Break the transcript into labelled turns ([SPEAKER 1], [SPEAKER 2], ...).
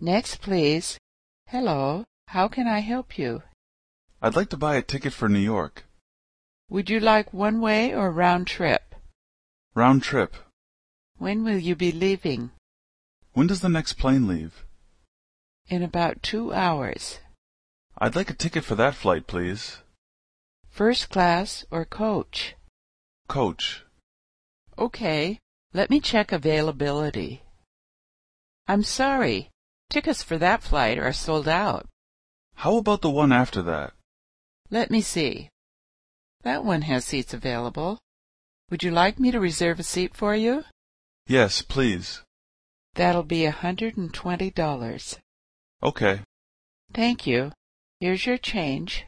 [SPEAKER 1] Next, please. Hello, how can I help you?
[SPEAKER 2] I'd like to buy a ticket for New York.
[SPEAKER 1] Would you like one way or round trip?
[SPEAKER 2] Round trip.
[SPEAKER 1] When will you be leaving?
[SPEAKER 2] When does the next plane leave?
[SPEAKER 1] In about two hours.
[SPEAKER 2] I'd like a ticket for that flight, please.
[SPEAKER 1] First class or coach?
[SPEAKER 2] Coach.
[SPEAKER 1] Okay, let me check availability. I'm sorry, tickets for that flight are sold out.
[SPEAKER 2] How about the one after that?
[SPEAKER 1] Let me see. That one has seats available. Would you like me to reserve a seat for you?
[SPEAKER 2] Yes, please.
[SPEAKER 1] That'll be a hundred and twenty dollars.
[SPEAKER 2] Okay.
[SPEAKER 1] Thank you. Here's your change.